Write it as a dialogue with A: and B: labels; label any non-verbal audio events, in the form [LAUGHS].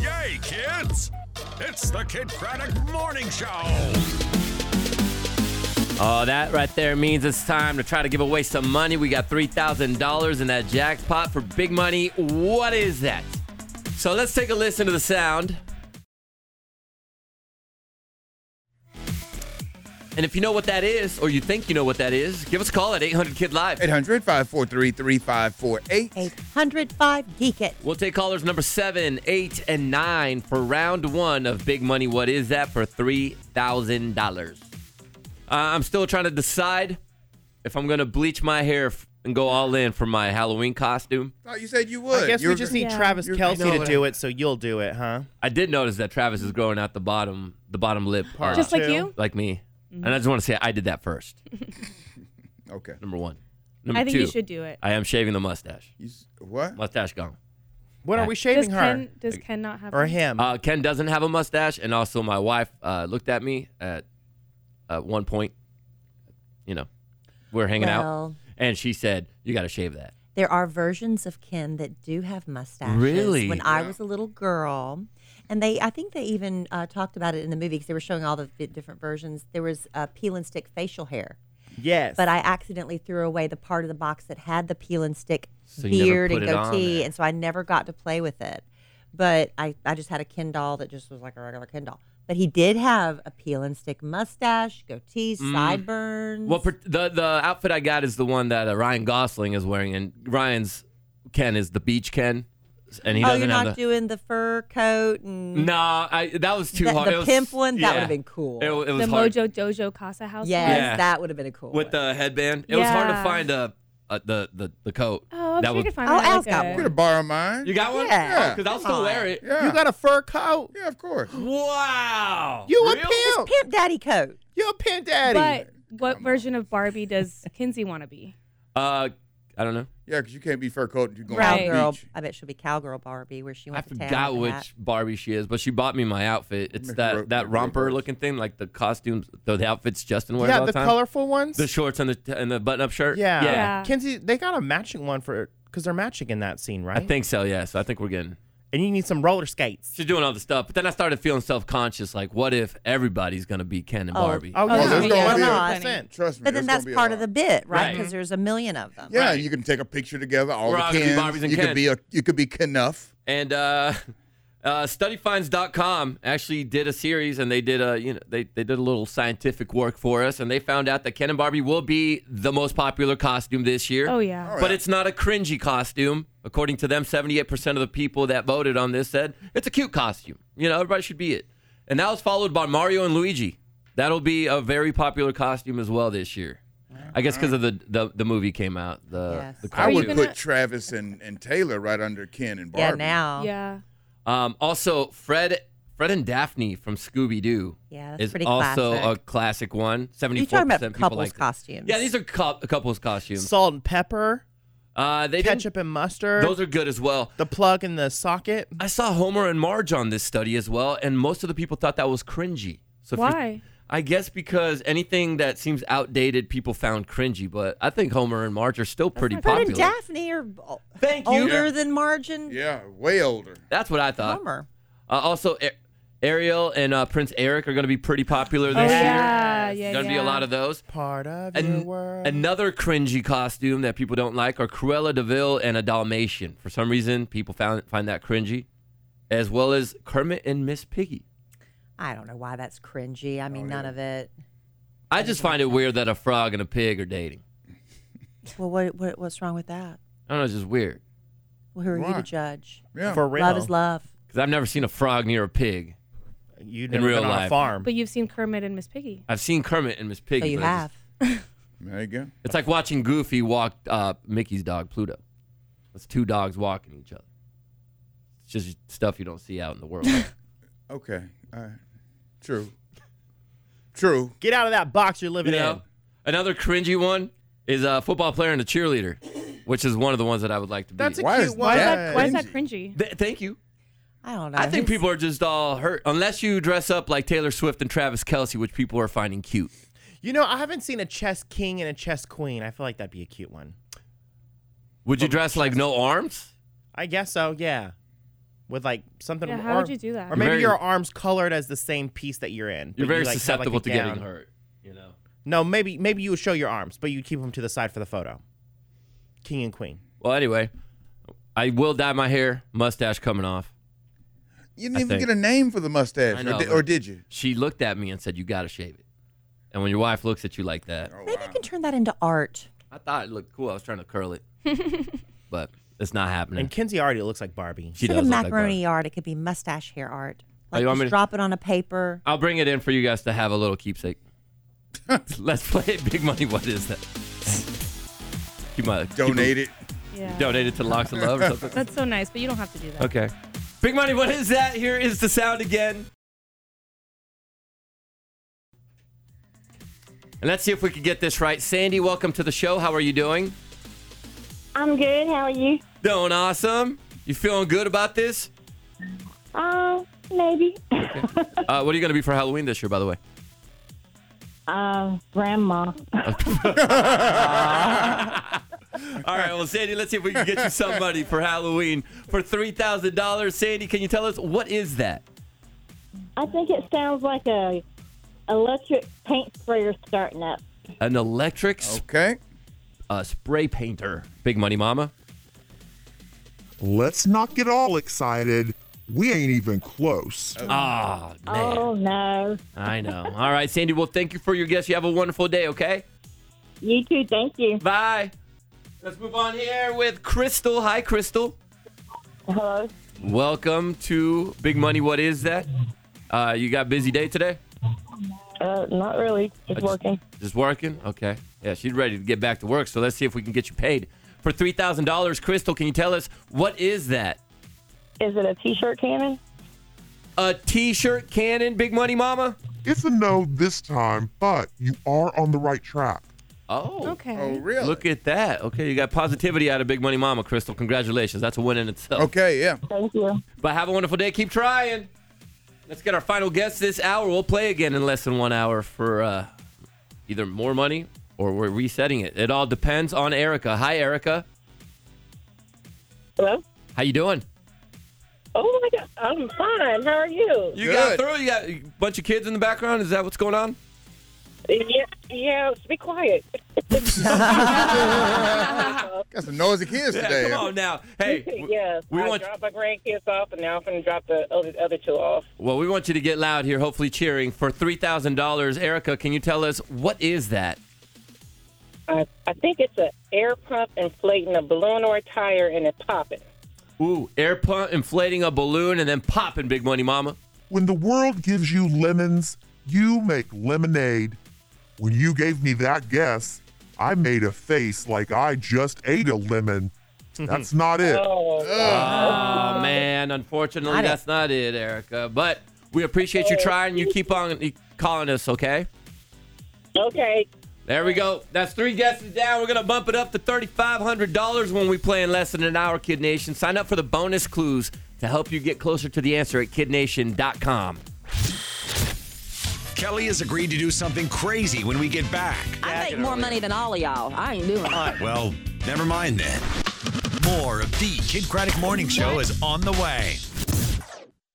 A: Hey, kids! It's the Kid Craddock Morning Show.
B: Oh, that right there means it's time to try to give away some money. We got $3,000 in that jackpot for big money. What is that? So let's take a listen to the sound. And if you know what that is, or you think you know what that is, give us a call at 800 Kid Live.
C: 800 543 3548.
D: 805 Geek It.
B: We'll take callers number seven, eight, and nine for round one of Big Money. What is that for three thousand dollars? uh, I'm still trying to decide if I'm gonna bleach my hair f- and go all in for my Halloween costume.
C: thought you said you would.
E: I guess
C: You're-
E: we just need
D: Yeah.
E: Travis
C: You're-
E: Kelsey
C: No,
E: to do it, so you'll do it, huh?
B: I did notice that Travis is growing out the bottom, the bottom lip part,
D: Just like Mm-hmm.
E: Two.
D: you?
B: like me. And I just want to say I did that first.
C: Okay.
B: Number one. Number
D: I think
B: two.
D: you should do it.
B: I am shaving the mustache.
C: You, s- what?
B: Mustache gone.
E: When are we
D: Does
E: shaving her
D: Ken, does Ken not have
E: or him?
B: Uh, Ken doesn't have a mustache, and also my wife uh, looked at me at at one point. You know, we are hanging out,
F: well,
B: and she said, "You got to shave that."
F: there are versions of Ken that do have mustaches.
B: Really?
F: When I was a little girl, and they, I think they even uh, talked about it in the movie because they were showing all the vi- different versions. There was uh, peel and stick facial hair,
E: yes.
F: but I accidentally threw away the part of the box that had the peel and stick
B: So you never
F: beard
B: put
F: and
B: it on
F: goatee,
B: there.
F: and so I never got to play with it. But I, I just had a Ken doll that just was like a regular Ken doll. But he did have a peel and stick mustache, goatee,
B: Mm.
F: sideburns.
B: Well, per- the the outfit I got is the one that uh, Ryan Gosling is wearing, and Ryan's Ken is the beach Ken, and he
F: oh,
B: doesn't
F: you're
B: have
F: not
B: the.
F: doing the fur coat and
B: no, I, that was Mm, too
F: the,
B: hard.
F: the
B: It was-
F: pimp one that
B: yeah.
F: would have been cool.
B: It, wa- it was
D: the
B: hard
D: Mojo Dojo Casa House?
F: yes,
B: Yeah.
F: that would have been a cool
B: with
F: one.
B: the headband. It was hard to
D: Yeah.
B: find a, a the, the the coat.
D: Oh, I'm
B: that
D: sure
B: was,
D: you could find
F: Oh,
D: that
F: Al's
D: good.
F: got
C: I'm going to borrow mine.
B: You got one?
F: Yeah.
B: because I'll
F: Come
B: still wear
F: on.
B: it.
C: yeah.
E: you got a fur coat.
C: Yeah, of course.
B: Wow.
E: You a
B: Really?
E: pimp.
F: Oh, Pimp Daddy coat.
E: You a pimp daddy.
D: But what version of Barbie does
E: [LAUGHS]
D: Kinsey want to be?
B: Uh, I don't know.
C: Yeah, because you can't be fur coat. You're going to
D: Right.
C: the
F: Cowgirl.
C: beach.
F: I bet she'll be cowgirl Barbie where she
B: I
F: went to town.
B: forgot
F: with
B: which
F: that.
B: Barbie she is, but she bought me my outfit. It's
C: Miss
B: that
C: Ro-
B: that
C: Miss
B: romper
C: Roberts.
B: looking thing, like the costumes, the, the outfits Justin wears
E: yeah,
B: all the,
E: the
B: time.
E: colorful ones.
B: The shorts and the and the button up shirt.
E: yeah.
B: yeah.
D: Yeah.
E: Kinsey, they got a matching one for because they're matching in that scene, right?
B: I think so. Yeah. So I think we're getting.
E: And you need some roller skates.
B: She's doing all the stuff, but then I started feeling self conscious. Like, what if everybody's gonna be Ken and
F: Oh.
B: Barbie?
E: Oh, yeah.
C: there's gonna be a-
E: One
F: Yeah.
E: hundred percent.
C: Trust me.
F: But then
C: there's gonna
F: that's
C: be a
F: part
C: lot.
F: of the bit, right?
B: Right.
F: Because there's a million of them.
C: Yeah,
B: Right.
C: you can take a picture together. All
B: We're
C: the
B: all gonna be
C: Kens.
B: Barbies and
C: you
B: Ken.
C: could be a you could be Knuff.
B: And uh, [LAUGHS] uh, studyfinds.com actually did a series and they did a you know they, they did a little scientific work for us and they found out that Ken and Barbie will be the most popular costume this year.
D: Oh, yeah.
B: But it's not a cringy costume. According to them, 78% of the people that voted on this said it's a cute costume. You know, everybody should be it. And that was followed by Mario and Luigi. That'll be a very popular costume as well this year. I guess because of the, the the movie came out. The,
F: Yes.
B: the
C: I
D: you
C: would
D: gonna-
C: put Travis and, and Taylor right under Ken and
F: Yeah,
C: Barbie.
F: now.
D: Yeah.
B: Um, also, Fred, Fred and Daphne from Scooby Doo.
F: Yeah, that's
B: is
F: pretty
B: also
F: classic.
B: a classic one. Seventy
F: You're
B: four
F: talking
B: percent
F: about
B: people
F: couples
B: like that.
F: costumes.
B: Yeah, these are cou- couples costumes.
E: Salt and pepper,
B: Uh, they didn't-
E: ketchup and mustard.
B: Those are good as well.
E: the plug in the socket.
B: I saw Homer and Marge on this study as well, and most of the people thought that was cringy. So if you're-
D: Why?
B: I guess because anything that seems outdated, people found cringy. But I think Homer and Marge are still pretty
F: Fred
B: popular.
F: and Daphne are o-
B: Thank you.
F: older
B: Yeah.
F: than Marge and
C: Yeah, way older.
B: That's what I thought.
F: Homer.
B: Uh, also, A- Ariel and uh, Prince Eric are going to be pretty popular
D: Oh,
B: this year.
D: yeah. Yeah.
B: Going to be a
D: yeah.
B: lot of those.
E: Part of your
B: An-
E: world.
B: another cringy costume that people don't like are Cruella Deville and a Dalmatian. For some reason, people found find that cringy, as well as Kermit and Miss Piggy.
F: I don't know why that's cringy. I mean,
B: Oh,
F: none of it.
B: I just find it weird that a frog and a pig are dating.
F: Well, what, what what's wrong with that?
B: I don't know, it's just weird
F: Well, who are you
C: Why?
F: to judge?
C: Yeah.
E: for real.
F: Love is love.
B: because I've never seen a frog near a pig.
E: You've
B: In
E: never
B: real
E: been on
B: life.
E: a farm.
D: But you've seen Kermit and Miss Piggy.
B: I've seen Kermit and Miss
F: So
B: Piggy.
F: Oh, you
B: but it's-
F: have. [LAUGHS]
C: there you go.
B: It's like watching Goofy walk uh, Mickey's dog Pluto. That's two dogs walking each other. It's just stuff you don't see out in the world.
C: Okay. All right. True. True.
E: Get out of that box you're
B: You
E: living
B: know, another cringy one is a football player and a cheerleader, which is one of the ones that I would like to be.
E: That's a
C: Why
E: cute
C: is
E: one.
D: Why,
C: Yeah,
D: is that, why is that cringy?
B: Th- thank you.
F: I don't know.
B: I think
F: Who's-
B: people are just all hurt unless you dress up like Taylor Swift and Travis Kelsey, which people are finding cute.
E: in. You know, I haven't seen a chess king and a chess queen. I feel like that'd be a cute one.
B: Would you dress like no arms?
E: I guess so. Yeah. with like something.
D: Yeah,
E: or,
D: how would you do that?
E: Or maybe
B: Very-
E: your arms colored as the same piece that you're in. but
B: You're very
E: you, like, have, like, a
B: susceptible to getting
E: gown.
B: hurt. You know.
E: No, maybe maybe you would show your arms, but you keep them to the side for the photo. King and queen.
B: Well, anyway, I will dye my hair. Mustache coming off.
C: You didn't
B: I
C: even
B: think-
C: get a name for the mustache,
B: I
C: or
B: know,
C: di-
B: but-
C: or, did you?
B: She looked at me and said, "You gotta shave it." And when your wife looks at you like that,
C: Oh,
F: Maybe
C: wow.
F: you can turn that into art.
B: I thought it looked cool. I was trying to curl
E: [LAUGHS]
B: it, but it's not happening.
E: And Kinsey already looks like Barbie.
B: She does
F: it's like a
B: look like
F: macaroni
B: Barbie.
F: art. It could be mustache hair art. Like
B: you want
F: just
B: me to-
F: drop it on a paper.
B: I'll bring it in for you guys to have a little keepsake. Let's play it. Big money. What is that? You might
C: donate it.
D: Yeah.
B: Donate it to Locks of Love or something.
D: [LAUGHS] That's so nice, but you don't have to do that.
B: Okay. Big Money, what is that? Here is the sound again. And let's see if we can get this right. Sandy, welcome to the show. How are you doing?
G: I'm good. How are you?
B: Doing awesome. You feeling good about this?
G: Um, maybe.
B: Uh, what are you going to be for Halloween this year, by the way?
G: [LAUGHS] uh, grandma.
B: All right, well, Sandy, let's see if we can get you some money for Halloween for $3,000. Sandy, can you tell us what is that?
G: I think it sounds like a electric paint sprayer starting up.
B: An electric s-
C: Okay.
B: uh, spray painter. Big Money Mama?
H: Let's not get all excited. We ain't even close.
B: Oh, man.
G: Oh no.
B: I know. All right, Sandy. Well, thank you for your guess. You have a wonderful day, okay?
G: You too. Thank you.
B: Bye. Let's move on here with Crystal. Hi, Crystal.
G: Hello.
B: Welcome to Big Money. What is that? Uh, you got a busy day today?
G: Uh, not really. Just working.
B: Just working? Okay. Yeah, she's ready to get back to work. So let's see if we can get you paid for three thousand dollars. Crystal, can you tell us what is that?
G: Is it a t-shirt cannon?
B: A T-shirt cannon, Big Money Mama.
H: It's a no this time, but you are on the right track.
B: Oh.
D: Okay.
C: Oh, really?
B: Look at that. Okay, you got positivity out of Big Money Mama, Crystal. Congratulations. That's a win in itself.
C: okay, yeah.
G: Thank you.
B: But have a wonderful day. Keep trying. Let's get our final guest this hour. We'll play again in less than one hour for uh, either more money or we're resetting it. It all depends on Erica. Hi, Erica.
G: Hello.
B: How you doing?
G: Oh my God. I'm fine. How are you?
B: You got
C: Good.
B: through. You got a bunch of kids in the background. Is that what's going on?
G: Yeah. Yeah. Be quiet.
C: Got some noisy kids
B: Yeah,
C: today.
B: come on now. Hey, w-
G: yes.
B: we
G: Uh, I
B: want-
G: dropped my grandkids off, and now I'm going to drop the other, other two off.
B: well, we want you to get loud here. Hopefully, cheering for three thousand dollars. Erica, can you tell us what is that?
G: I, I think it's an air pump inflating a balloon or a tire, and it popping.
B: Ooh, air pump inflating a balloon and then popping, big money, mama.
H: When the world gives you lemons, you make lemonade. When you gave me that guess, I made a face like I just ate a lemon. That's not it.
G: Oh,
B: Oh man, unfortunately
F: Got it.
B: that's not it, Erica. But we appreciate you trying. You keep on you calling us, okay?
G: okay.
B: There we go. That's three guesses down. We're gonna bump it up to thirty-five hundred dollars when we play in less than an hour, Kid Nation. Sign up for the bonus clues to help you get closer to the answer at kidnation.com.
A: Kelly has agreed to do something crazy when we get back.
I: I make more money than all of y'all. I ain't doing it.
A: Well, never mind then. More of the Kid Craddock Morning Show is on the way.